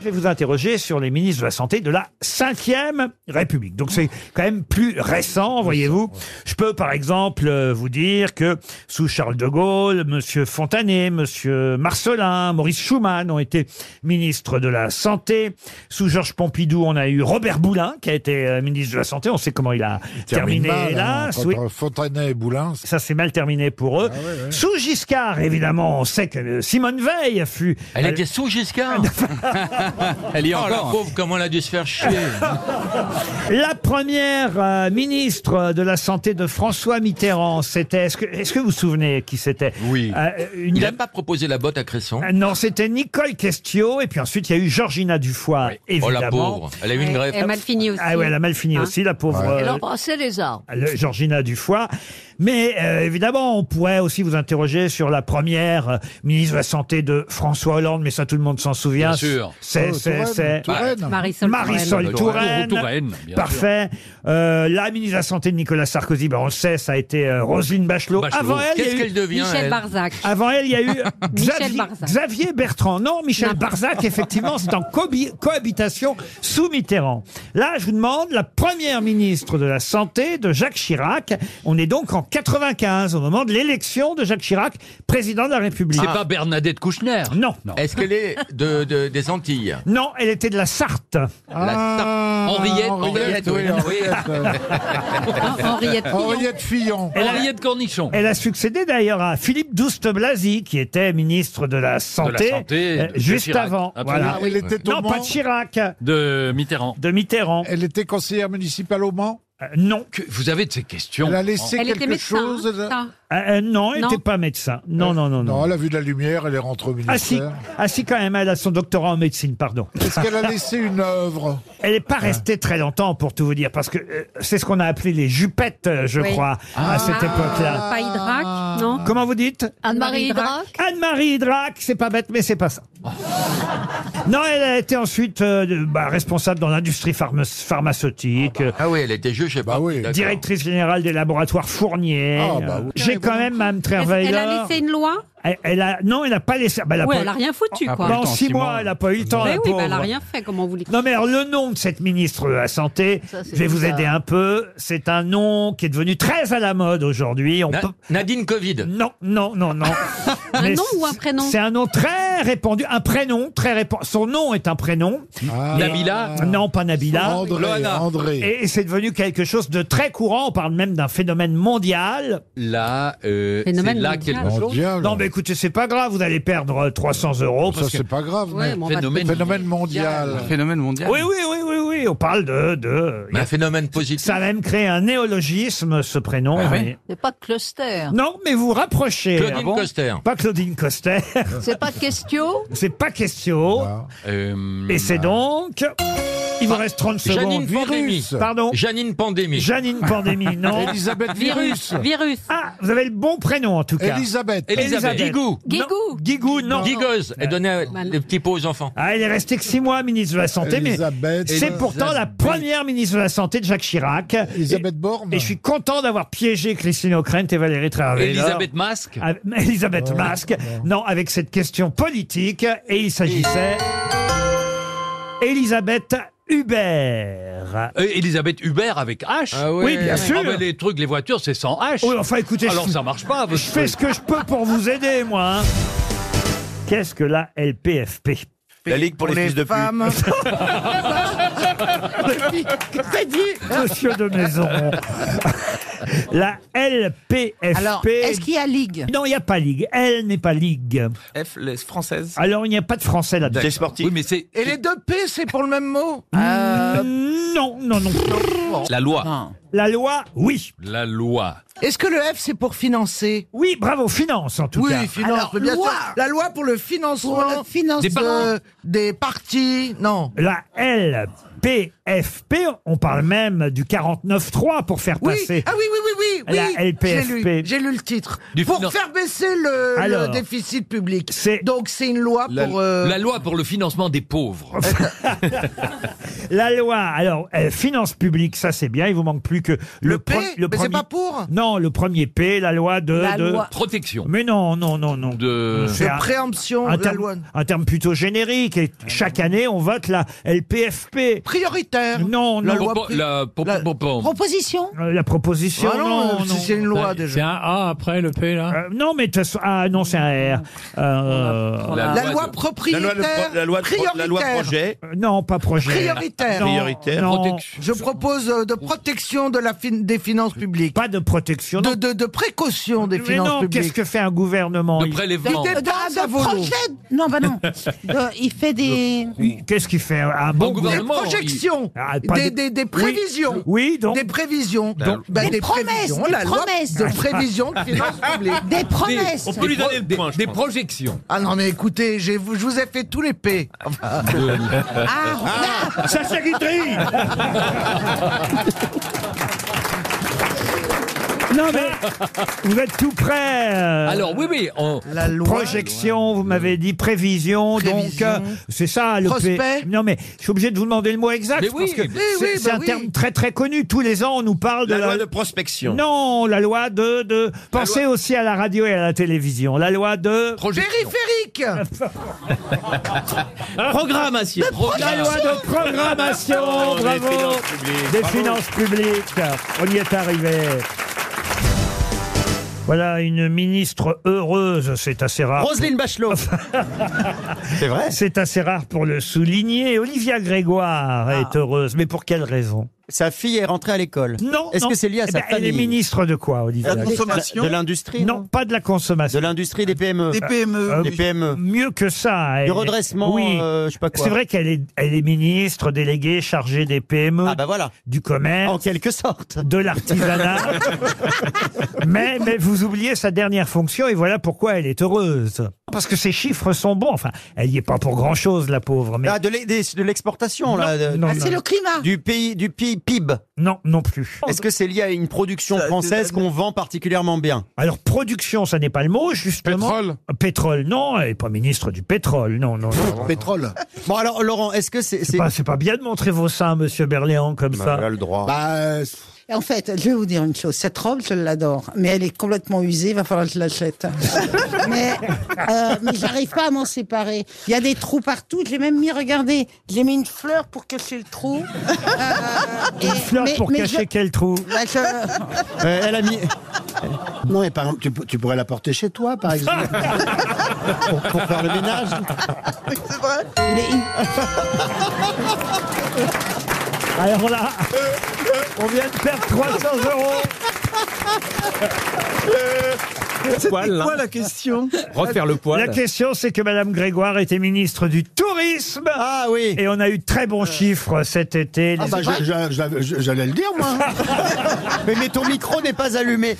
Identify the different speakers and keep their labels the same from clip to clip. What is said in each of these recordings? Speaker 1: je vais vous interroger sur les ministres de la Santé de la Ve République. Donc c'est quand même plus récent, voyez-vous. Je peux par exemple euh, vous dire que sous Charles de Gaulle, Monsieur Fontanet, Monsieur Marcelin, Maurice Schumann ont été ministres de la Santé. Sous Georges Pompidou, on a eu Robert Boulin qui a été euh, ministre de la Santé. On sait comment il hein, a terminé,
Speaker 2: là,
Speaker 1: hélas. oui.
Speaker 2: Fontanet et Boulin.
Speaker 1: Ça s'est mal terminé pour eux. Sous Giscard, évidemment, on sait que euh, Simone Veil fut.
Speaker 3: Elle était sous Giscard Elle y est encore. pauvre, comment elle a dû se faire chier
Speaker 1: La première euh, ministre de la Santé de François Mitterrand, c'était. Est-ce que, est-ce que vous vous souvenez qui c'était Euh, Oui.
Speaker 3: Il n'a pas proposé la botte à Cresson
Speaker 1: euh, Non, c'était Nicole Questio, et puis ensuite il y a eu Georgina Dufoy,
Speaker 3: Oh
Speaker 1: évidemment.
Speaker 3: la pauvre, elle a eu une greffe.
Speaker 4: Elle a mal fini aussi.
Speaker 1: Ah ouais, elle a mal fini
Speaker 4: Hein
Speaker 1: aussi, la pauvre.
Speaker 4: Elle
Speaker 1: euh,
Speaker 4: embrassait les arbres.
Speaker 1: le- Georgina Dufoy. Mais euh, évidemment, on pourrait aussi vous interroger sur la première euh, ministre de la Santé de François Hollande, mais ça tout le monde s'en souvient.
Speaker 3: Bien sûr.
Speaker 1: C'est,
Speaker 2: Oh,
Speaker 1: c'est,
Speaker 2: Touraine,
Speaker 1: c'est-
Speaker 2: Touraine.
Speaker 5: Bah,
Speaker 4: Marisol
Speaker 1: Marisol Touraine.
Speaker 3: Touraine. Touraine, bien sûr.
Speaker 1: Parfait. Euh, la ministre de la Santé de Nicolas Sarkozy, ben on le sait, ça a été euh, Roselyne Bachelot.
Speaker 3: Bachelot.
Speaker 1: Avant elle, il y a
Speaker 3: Qu'est-ce
Speaker 1: eu-
Speaker 3: qu'elle devient
Speaker 4: Michel
Speaker 3: elle
Speaker 4: Barzac.
Speaker 1: avant elle, il y a eu
Speaker 4: Michel
Speaker 1: Xavier,
Speaker 4: Barzac.
Speaker 1: Xavier Bertrand. Non, Michel Barzac, effectivement, c'est en cobi- cohabitation sous Mitterrand. Là, je vous demande la première ministre de la Santé de Jacques Chirac. On est donc en 95, au moment de l'élection de Jacques Chirac, président de la République.
Speaker 6: C'est pas Bernadette Kouchner.
Speaker 1: Ah. Non.
Speaker 3: Est-ce qu'elle est de, de- des Antilles
Speaker 1: Non, elle était de la Sarthe.
Speaker 2: Ah.
Speaker 1: Ah,
Speaker 3: La
Speaker 6: Henriette,
Speaker 2: Henriette,
Speaker 6: Henriette,
Speaker 2: oui, Henriette, euh,
Speaker 4: Ah, Henriette Fillon.
Speaker 2: Henriette Fillon.
Speaker 1: Elle a-
Speaker 6: Henriette Cornichon.
Speaker 1: Elle a succédé d'ailleurs à Philippe Douste-Blazy, qui était ministre de la Santé,
Speaker 6: Santé,
Speaker 1: euh,
Speaker 6: de
Speaker 1: juste
Speaker 6: Chirac.
Speaker 1: avant.
Speaker 6: Absolument.
Speaker 1: Voilà.
Speaker 2: Ah, Elle était au
Speaker 1: Non, pas
Speaker 2: Mans.
Speaker 1: de Chirac,
Speaker 6: De Mitterrand.
Speaker 1: de Mitterrand.
Speaker 2: Elle était conseillère municipale au Mans.
Speaker 1: Euh, non.
Speaker 6: Que- vous avez de ces questions.
Speaker 2: Elle a laissé
Speaker 4: Elle était
Speaker 2: quelque
Speaker 4: médecin.
Speaker 2: chose.
Speaker 4: hein, ça.
Speaker 1: Euh, euh, non, elle
Speaker 4: Non.
Speaker 1: n'était pas médecin. Non, non, non, non.
Speaker 2: Euh, Non, elle a vu de la lumière, elle est rentrée au ministère.
Speaker 1: Ah si, ah si, quand même, elle a son doctorat en médecine, pardon.
Speaker 2: Est-ce qu'elle a laissé une œuvre
Speaker 1: Elle n'est pas restée très longtemps, pour tout vous dire, parce que euh, c'est ce qu'on a appelé les jupettes, euh, je
Speaker 4: Oui.
Speaker 1: crois, à cette époque-là.
Speaker 4: Pas Hydrac, non
Speaker 1: Comment vous dites
Speaker 4: Anne-Marie Hydrac.
Speaker 1: Anne-Marie Hydrac, c'est pas bête, mais c'est pas ça. Non, elle a été ensuite euh, de- bah, responsable dans l'industrie pharma- pharmaceutique. euh,
Speaker 3: Ah oui, elle était juge, je sais pas.
Speaker 2: Bah oui.
Speaker 3: D'accord.
Speaker 1: Directrice générale des laboratoires Fournier.
Speaker 2: Ah, bah oui.
Speaker 1: J'ai quand même Mme
Speaker 4: Est-ce-
Speaker 1: Trerveiller.
Speaker 4: Elle a laissé une loi
Speaker 1: Elle- elle a- non, elle n'a pas laissé. bah, elle a
Speaker 4: Ouais,
Speaker 1: pas-
Speaker 4: elle a rien foutu,
Speaker 6: Ah,
Speaker 4: quoi.
Speaker 6: bon.
Speaker 1: Pendant
Speaker 6: le temps,
Speaker 1: six
Speaker 6: six
Speaker 1: mois,
Speaker 6: mois.
Speaker 1: elle n'a pas eu le temps.
Speaker 4: Mais
Speaker 1: la
Speaker 4: oui, bah, elle
Speaker 1: ah, pauvre.
Speaker 4: a rien fait, comment vous l'expliquez
Speaker 1: Non mais alors le nom de cette ministre de la Santé,
Speaker 4: Ça, c'est
Speaker 1: je vais vous
Speaker 4: bizarre.
Speaker 1: aider un peu, c'est un nom qui est devenu très à la mode aujourd'hui. On
Speaker 3: Na-
Speaker 1: peut-
Speaker 3: Nadine Covid.
Speaker 1: Non, non, non, non.
Speaker 4: Un
Speaker 1: Mais
Speaker 4: nom ou un
Speaker 1: c'est-
Speaker 4: prénom
Speaker 1: C'est un nom très répandu, un prénom très répandu. Son nom est un prénom. Euh,
Speaker 2: Ah.
Speaker 6: Nabila
Speaker 1: Non, pas Nabila.
Speaker 2: André,
Speaker 3: Loana.
Speaker 2: André.
Speaker 1: Et et c'est devenu quelque chose de très courant. On parle même d'un phénomène mondial.
Speaker 6: Là, euh,
Speaker 4: Phénomène
Speaker 6: c'est Oh là
Speaker 4: mondial.
Speaker 6: quelque
Speaker 2: Mon
Speaker 6: chose.
Speaker 2: diable.
Speaker 1: Non, mais écoutez, c'est pas grave. Vous allez perdre euh, 300 euros.
Speaker 2: ça
Speaker 1: parce que-
Speaker 2: c'est pas grave.
Speaker 4: Ouais,
Speaker 2: mais-
Speaker 4: bon, on va-
Speaker 6: Phénomène.
Speaker 2: Phénomène mondial.
Speaker 5: Phénomène mondial.
Speaker 1: Oui, oui, oui, oui, oui. On parle de, de.
Speaker 3: Un phénomène positif.
Speaker 1: Ça a même créé un néologisme, ce prénom.
Speaker 5: Ah oui.
Speaker 4: bah,
Speaker 1: mais-
Speaker 7: C'est pas de cluster.
Speaker 1: Non, mais vous rapprochez.
Speaker 3: Claudine
Speaker 1: Ah bon
Speaker 3: Coster.
Speaker 1: Pas Claudine Coster.
Speaker 7: C'est pas de question.
Speaker 1: c'est pas question.
Speaker 2: Ah.
Speaker 6: Euh,
Speaker 1: Et c'est donc. Il vous reste 30
Speaker 3: Janine
Speaker 1: secondes.
Speaker 3: Pandémie.
Speaker 1: Pardon.
Speaker 3: Janine Pandémie.
Speaker 1: Janine Pandémie, non.
Speaker 2: Elisabeth
Speaker 4: Virus,
Speaker 2: Virus.
Speaker 4: virus.
Speaker 1: Ah, vous avez le bon prénom en tout cas.
Speaker 2: Elisabeth.
Speaker 3: Elisabeth. Guigou.
Speaker 1: Non,
Speaker 4: Guigou.
Speaker 1: Guigou, non.
Speaker 3: Guigoz. Elle donnait euh, des petits pots aux enfants.
Speaker 1: Ah, elle est restée que six mois ministre de la Santé, mais
Speaker 2: Elisabeth.
Speaker 1: c'est pourtant la première ministre de la Santé de Jacques Chirac.
Speaker 2: Elisabeth Borne.
Speaker 1: Et, et je suis content d'avoir piégé Christine O'Krent et Valérie Traveller.
Speaker 6: Elisabeth Masque.
Speaker 1: Ah, mais Elisabeth Masque. Non, avec cette question politique. Et il s'agissait. Elisabeth Hubert.
Speaker 6: Euh, Elisabeth Hubert avec H.
Speaker 3: Ah ouais.
Speaker 1: Oui, bien sûr.
Speaker 6: Ah bah, les trucs, les voitures, c'est sans H.
Speaker 1: Oui, enfin, écoutez,
Speaker 6: Alors
Speaker 1: je-
Speaker 6: ça marche pas. votre
Speaker 1: Je fais ce que je peux pour vous aider, moi. hein. Qu'est-ce que la LPFP
Speaker 8: La Ligue pour, les, fils de femmes.
Speaker 1: Monsieur de Maison. la LPFP.
Speaker 7: Alors, est-ce qu'il y a ligue
Speaker 1: Non, il n'y a pas ligue. Elle n'est pas ligue.
Speaker 5: F, les françaises.
Speaker 1: Alors, il n'y a pas de français là-dedans.
Speaker 8: C'est sportif.
Speaker 6: Oui, mais c'est
Speaker 7: Et les deux P, c'est pour le même mot
Speaker 1: Ah.
Speaker 7: Euh,
Speaker 1: Euh, Non, non, non.
Speaker 6: la loi.
Speaker 1: La loi, oui.
Speaker 6: La loi.
Speaker 7: Est-ce que le F, c'est pour financer
Speaker 1: Oui, bravo, finance en tout cas.
Speaker 7: finance, bien sûr. La loi pour le financement,
Speaker 6: Des parents.
Speaker 7: des partis, non.
Speaker 1: La LPFP LPFP. On parle même du 49.3 pour faire
Speaker 7: Oui,
Speaker 1: passer.
Speaker 7: ah oui, oui, oui, oui,
Speaker 1: La
Speaker 7: oui.
Speaker 1: LPFP.
Speaker 7: J'ai lu, j'ai lu le titre.
Speaker 6: Du
Speaker 7: pour
Speaker 6: finan-
Speaker 7: faire baisser le, le
Speaker 1: Alors,
Speaker 7: déficit public.
Speaker 1: c'est-
Speaker 7: Donc c'est une loi
Speaker 6: La,
Speaker 7: pour... euh,
Speaker 6: la loi pour le financement des pauvres.
Speaker 1: La loi, alors, euh, finances publiques, ça c'est bien, il vous manque plus que le,
Speaker 7: le P,
Speaker 1: pre- le
Speaker 7: mais
Speaker 1: premier...
Speaker 7: c'est pas pour
Speaker 1: Non, le premier P, la loi de...
Speaker 5: La
Speaker 1: de-
Speaker 5: loi.
Speaker 6: Protection.
Speaker 1: Mais non, non, non, non.
Speaker 6: De... euh,
Speaker 1: C'est
Speaker 7: de
Speaker 1: un-
Speaker 7: préemption,
Speaker 1: un
Speaker 7: la
Speaker 1: terme,
Speaker 7: loi Ah
Speaker 1: un terme plutôt générique. Et chaque année, on vote la LPFP.
Speaker 7: prioritaire.
Speaker 1: Non,
Speaker 7: La
Speaker 1: non.
Speaker 7: loi
Speaker 6: Propo-
Speaker 7: pri-
Speaker 6: la- po-
Speaker 7: la-
Speaker 6: po- po-
Speaker 5: Proposition
Speaker 1: Euh, La proposition,
Speaker 7: Ah
Speaker 1: non,
Speaker 7: non,
Speaker 1: non.
Speaker 7: si c'est une
Speaker 8: Bah,
Speaker 7: loi
Speaker 9: C'est
Speaker 7: déjà.
Speaker 9: un A après le P là
Speaker 1: Euh, non, mais de toute façon, ah non, c'est un R. Euh,
Speaker 7: La,
Speaker 6: de-
Speaker 7: loi
Speaker 8: La loi,
Speaker 7: propriétaire.
Speaker 8: de pro- la, loi de pro- la loi
Speaker 7: prioritaire.
Speaker 8: projet.
Speaker 1: euh, non, pas projet.
Speaker 7: Prioritaire.
Speaker 1: Non,
Speaker 8: Prioritaire.
Speaker 1: non,
Speaker 6: protection.
Speaker 7: Je propose euh, de protection de la fin- des finances publiques.
Speaker 1: Pas de protection. non.
Speaker 7: De, de, de précaution des
Speaker 1: mais
Speaker 7: finances
Speaker 1: non, qu'est-ce
Speaker 7: publiques.
Speaker 1: que fait un gouvernement
Speaker 6: de
Speaker 1: Il-
Speaker 6: prélèvement.
Speaker 7: Des-
Speaker 5: Euh,
Speaker 7: des-
Speaker 5: de-
Speaker 7: Ah,
Speaker 5: de
Speaker 7: ça vaut l'eau.
Speaker 5: projet Non, bah non. De- il fait des.
Speaker 1: il- Qu'est-ce qu'il fait Un bon
Speaker 6: Bon
Speaker 7: Des
Speaker 6: gouvernement.
Speaker 7: projections,
Speaker 1: Ah, pas
Speaker 7: des,
Speaker 1: de-
Speaker 7: des, des prévisions.
Speaker 1: Oui, donc.
Speaker 7: Des prévisions.
Speaker 8: Donc-
Speaker 7: Ben,
Speaker 5: Des promesses, des
Speaker 7: la loi
Speaker 5: promesses.
Speaker 7: de prévision de finances publiques.
Speaker 5: Des
Speaker 6: Des-
Speaker 5: promesses.
Speaker 8: On peut lui
Speaker 6: des pro-
Speaker 8: donner le point, je
Speaker 6: Des, des
Speaker 8: pense.
Speaker 6: projections.
Speaker 7: Ah non, mais écoutez, j'ai- vous- je vous ai fait tous les P.
Speaker 5: Ah, regarde.
Speaker 1: Ça, c'est Guitry Non, mais vous êtes tout prêt. euh,
Speaker 6: Alors oui, oui, on-
Speaker 7: La loi.
Speaker 1: Projection, vous m'avez dit prévision, donc
Speaker 7: Prévision.
Speaker 1: euh, c'est ça le P.
Speaker 7: Prospect.
Speaker 1: Non mais je suis obligé de vous demander le mot exact
Speaker 6: Mais
Speaker 1: parce
Speaker 6: oui,
Speaker 1: que
Speaker 6: mais
Speaker 1: c'est
Speaker 7: oui,
Speaker 1: c'est
Speaker 7: bah
Speaker 1: un
Speaker 7: oui.
Speaker 1: terme très très connu. Tous les ans on nous parle
Speaker 8: La
Speaker 1: de
Speaker 8: loi de prospection.
Speaker 1: Non, la loi de de pensez aussi à la radio et à la télévision. La loi de
Speaker 6: projection.
Speaker 7: Périphérique
Speaker 3: Programmation.
Speaker 1: la loi de programmation, bravo, des finances publiques. On y est arrivé. Voilà une ministre heureuse, c'est assez
Speaker 10: Ah.
Speaker 1: rare.
Speaker 3: Roselyne Bachelot.
Speaker 8: C'est vrai.
Speaker 1: C'est assez rare pour le souligner. Olivia Grégoire est heureuse, mais pour quelle raison
Speaker 10: Sa fille est rentrée à l'école.
Speaker 1: Non.
Speaker 10: Est-ce
Speaker 1: non.
Speaker 10: que c'est lié à
Speaker 1: Eh
Speaker 10: sa
Speaker 1: ben,
Speaker 10: famille
Speaker 1: Elle est ministre de quoi, Olivia
Speaker 10: De- De l'industrie
Speaker 1: Euh, Non, pas de la consommation.
Speaker 10: De l'industrie des PME. Des
Speaker 1: Euh,
Speaker 10: PME. Des PME.
Speaker 1: Mieux que ça. elle
Speaker 10: Du
Speaker 1: est-
Speaker 10: redressement,
Speaker 1: Oui.
Speaker 10: euh, je sais pas quoi.
Speaker 1: C'est vrai qu'elle est, elle est ministre déléguée chargée des PME,
Speaker 10: Ah bah voilà,
Speaker 1: du commerce.
Speaker 10: en quelque sorte.
Speaker 1: de l'artisanat. mais, mais vous oubliez sa dernière fonction et voilà pourquoi elle est heureuse. Parce que ses chiffres sont bons. Enfin, elle n'y est pas pour grand-chose, la pauvre. Mais
Speaker 10: Ah, de l'e- des- de l'exportation, là. de-
Speaker 1: non,
Speaker 5: Ah,
Speaker 1: non,
Speaker 5: c'est le climat.
Speaker 10: Du pays, du pi- PIB.
Speaker 1: non, non plus.
Speaker 10: Est-ce que c'est lié à une production française qu'on vend particulièrement bien
Speaker 1: Alors, production, ça n'est pas le mot, justement.
Speaker 2: Pétrole
Speaker 1: Pétrole, non, elle n'est pas ministre du pétrole, non, non, non.
Speaker 2: Pétrole.
Speaker 10: Bon, alors, Laurent, est-ce que c'est.
Speaker 1: C'est pas, c'est pas bien de montrer vos seins, monsieur Berléand, comme ça.
Speaker 8: le droit.
Speaker 2: Bah,
Speaker 5: En fait, je vais vous dire une chose. Cette robe, je l'adore, mais elle est complètement usée. Il va falloir que je l'achète. mais euh, mais j'arrive pas à m'en séparer. Il y a des trous partout. J'ai même mis, regardez, j'ai mis une fleur pour cacher le trou. Euh, et-
Speaker 1: Une fleur
Speaker 5: mais-
Speaker 1: pour
Speaker 5: mais
Speaker 1: cacher quel trou
Speaker 5: je- bah, je-
Speaker 10: Euh, elle a mis.
Speaker 11: Non, mais par exemple, tu, pour- tu pourrais la porter chez toi, par exemple.
Speaker 10: Pour, pour faire le ménage.
Speaker 5: il est- il-
Speaker 1: Alors là, on vient de perdre 300 euros.
Speaker 7: Quoi la question
Speaker 6: hein. Refaire le poil.
Speaker 1: La question, c'est que Madame Grégoire était ministre du tourisme.
Speaker 10: Ah oui.
Speaker 1: Et on a eu de très bons chiffres cet été.
Speaker 11: Ah
Speaker 1: Les-
Speaker 11: bah, je- je- je- je- j'allais le dire, moi.
Speaker 10: Mais, mais ton micro n'est pas allumé.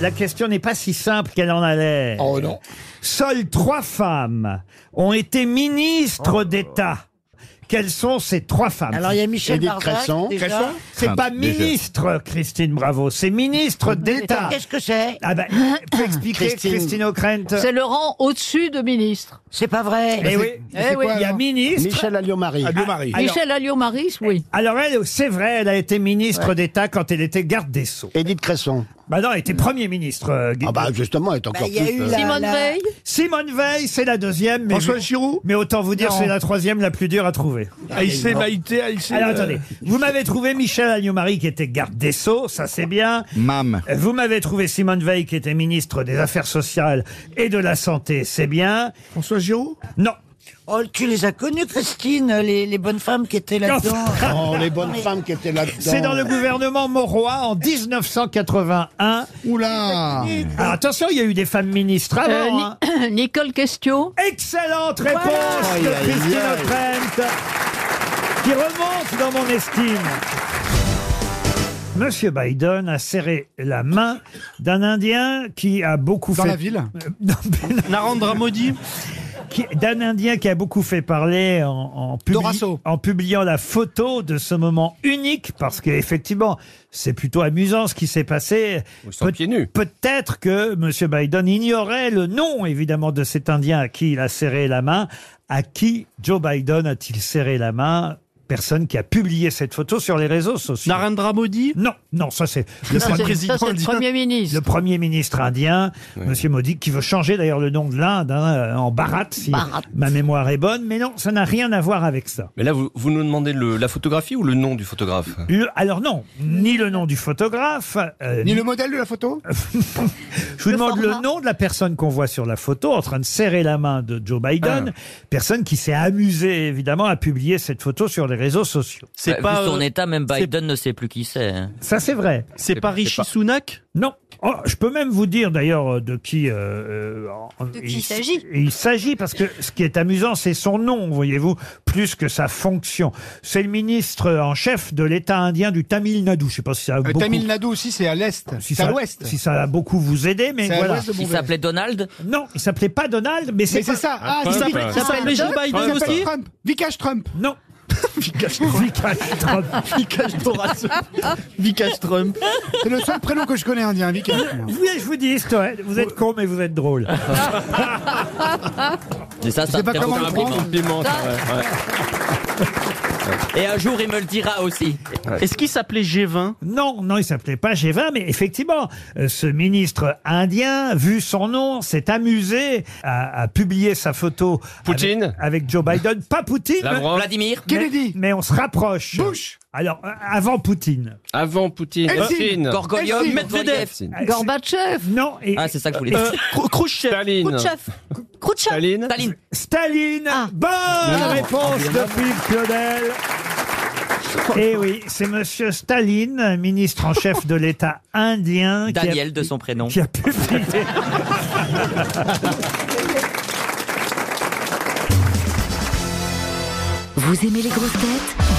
Speaker 1: La question n'est pas si simple qu'elle en a l'air.
Speaker 2: oh non.
Speaker 1: Seules trois femmes ont été ministres d'État. Quelles sont ces trois femmes
Speaker 5: Alors il y a Michel
Speaker 11: Édith
Speaker 5: Barzac,
Speaker 11: Cresson.
Speaker 5: déjà.
Speaker 1: C'est pas
Speaker 6: déjà.
Speaker 1: ministre, Christine Bravo, c'est ministre d'État.
Speaker 5: Qu'est-ce que c'est
Speaker 1: Ah ben, faut expliquer,
Speaker 11: Christine.
Speaker 1: Christine O'Krent.
Speaker 12: C'est le rang au-dessus de ministre.
Speaker 5: Euh. C'est pas vrai.
Speaker 1: Eh oui,
Speaker 12: Eh oui.
Speaker 1: il y a ministre.
Speaker 11: Michel Alliot-Marie.
Speaker 1: Marie.
Speaker 5: Ah,
Speaker 1: Alors,
Speaker 12: Michel Alliot-Maris, oui.
Speaker 1: alors elle, c'est vrai, elle a été ministre d'État quand elle était garde des Sceaux.
Speaker 11: Édith Cresson.
Speaker 1: Bah non, elle était premier ministre. euh, Guy-
Speaker 11: Ah bah, justement, elle est encore
Speaker 5: Bah, il y a
Speaker 11: plus.
Speaker 5: eu
Speaker 11: euh,
Speaker 5: la-
Speaker 12: Simone
Speaker 5: là.
Speaker 12: Veil.
Speaker 1: Simone Veil, c'est la deuxième. Mais,
Speaker 2: François Giroud Ah,
Speaker 1: mais autant vous dire, c'est la troisième la plus dure à trouver.
Speaker 3: Aïssé Maïté, Aïssé.
Speaker 2: euh,
Speaker 1: Alors attendez, vous m'avez trouvé Michel Alliot-Marie qui était garde des Sceaux, ça c'est bien.
Speaker 8: Mam.
Speaker 1: Vous m'avez trouvé Simone Veil qui était ministre des Affaires sociales et de la Santé, c'est bien.
Speaker 2: François Giroud
Speaker 1: Non.
Speaker 5: Oh, tu les as connues, Christine, les, les bonnes femmes qui étaient là-dedans.
Speaker 11: Oh, les bonnes femmes qui étaient là-dedans.
Speaker 1: C'est dans le gouvernement Mauroy en
Speaker 11: Ah.
Speaker 1: 1981.
Speaker 11: Oula
Speaker 1: Alors attention, il y a eu des femmes ministres avant.
Speaker 12: Euh, Ni-
Speaker 1: hein.
Speaker 12: Nicole Questio.
Speaker 1: Excellente réponse de
Speaker 11: Aïe, aïe,
Speaker 1: Christine
Speaker 11: aïe.
Speaker 1: O'Krent, qui remonte dans mon estime. Monsieur Biden a serré la main d'un Indien qui a beaucoup
Speaker 2: Dans
Speaker 1: fait...
Speaker 2: la ville
Speaker 1: Non, mais non,
Speaker 3: Narendra Modi.
Speaker 1: qui- d'un Indien qui a beaucoup fait parler en, en publi- en publiant la photo de ce moment unique, parce qu'effectivement, c'est plutôt amusant ce qui s'est passé. Peut- Peut-être que M. Biden ignorait le nom, évidemment, de cet Indien à qui il a serré la main. À qui Joe Biden a-t-il serré la main Personne qui a publié cette photo sur les réseaux sociaux. Narendra Modi Non, non, ça c'est
Speaker 12: Non, c'est- ça, c'est le Premier
Speaker 1: ministre. Le Premier ministre indien, Monsieur Modi, qui veut changer d'ailleurs le nom de l'Inde hein, en Bharat, si ma mémoire est bonne. Mais non, ça n'a rien à voir avec ça.
Speaker 8: Mais là, vous, vous nous demandez le- la photographie ou le nom du photographe
Speaker 1: Le- Euh, alors non, ni le nom du photographe, euh,
Speaker 2: Ni le modèle de la photo
Speaker 1: Je vous demande le nom de la personne qu'on voit sur la photo en train de serrer la main de Joe Biden,
Speaker 8: Ah.
Speaker 1: personne qui s'est amusée évidemment à publier cette photo sur les réseaux sociaux.
Speaker 9: C'est pas son état, même Biden ne sait plus qui c'est.
Speaker 1: Ça c'est vrai.
Speaker 9: C'est pas Rishi
Speaker 1: Sunak Non. Oh, je peux même vous dire d'ailleurs euh, de qui, euh, euh,
Speaker 13: qui il
Speaker 1: il
Speaker 13: s'agit.
Speaker 1: Il s'agit parce que ce qui est amusant, c'est son nom, voyez-vous, plus que sa fonction. C'est le ministre en chef de l'État indien du Tamil Nadu. Je sais pas si ça a
Speaker 2: Euh,
Speaker 1: beaucoup...
Speaker 2: Tamil Nadu aussi, c'est à l'est.
Speaker 1: si
Speaker 2: c'est à
Speaker 1: ça,
Speaker 2: l'ouest.
Speaker 1: si ça a beaucoup vous aidé, mais
Speaker 2: C'est à
Speaker 1: voilà.
Speaker 2: l'ouest de Il Bombay. s'appelait
Speaker 1: Donald Non, il s'appelait pas Donald, mais c'est
Speaker 2: Mais c'est ça. Ah, il s'appelle- il s'appelle Joe Biden Il s'appelle aussi Trump.
Speaker 1: Vikash Trump. Non. Vikash Trump. Trump.
Speaker 2: Vikash Trump. C'est le seul prénom que je connais indien, Vikash.
Speaker 1: Vous voulez que je vous dise, Toen, vous êtes con, mais vous êtes drôle.
Speaker 9: C'est ça,
Speaker 1: Je
Speaker 9: ça
Speaker 1: sais pas
Speaker 9: me fait
Speaker 1: comment
Speaker 9: beaucoup de
Speaker 1: le prendre.
Speaker 9: compliments. Et un jour, il me le dira aussi.
Speaker 1: Est-ce qu'il s'appelait G20 Non, non, il s'appelait pas G20, mais effectivement, euh, ce ministre indien, vu son nom, s'est amusé à, à publier sa photo Poutine avec, avec Joe Biden. Pas Poutine,
Speaker 9: Lavrov. Vladimir.
Speaker 1: mais- Mais on se rapproche. Bush. Alors, euh, avant Poutine.
Speaker 3: Avant Poutine. Poutine.
Speaker 9: Gorgoliov,
Speaker 3: Medvedev.
Speaker 1: Gorbatchev. Non. Et,
Speaker 9: Ah, c'est ça que je voulais dire.
Speaker 1: Khrushchev.
Speaker 3: Staline.
Speaker 1: Staline. Staline. Bonne
Speaker 9: Ah.
Speaker 1: réponse
Speaker 9: Ah, bien.
Speaker 1: de Philippe Claudel. Eh oui, c'est Monsieur Staline, ministre en chef de l'État indien. qui a-
Speaker 9: Daniel de son prénom.
Speaker 1: qui a publié.
Speaker 14: Vous aimez les grosses têtes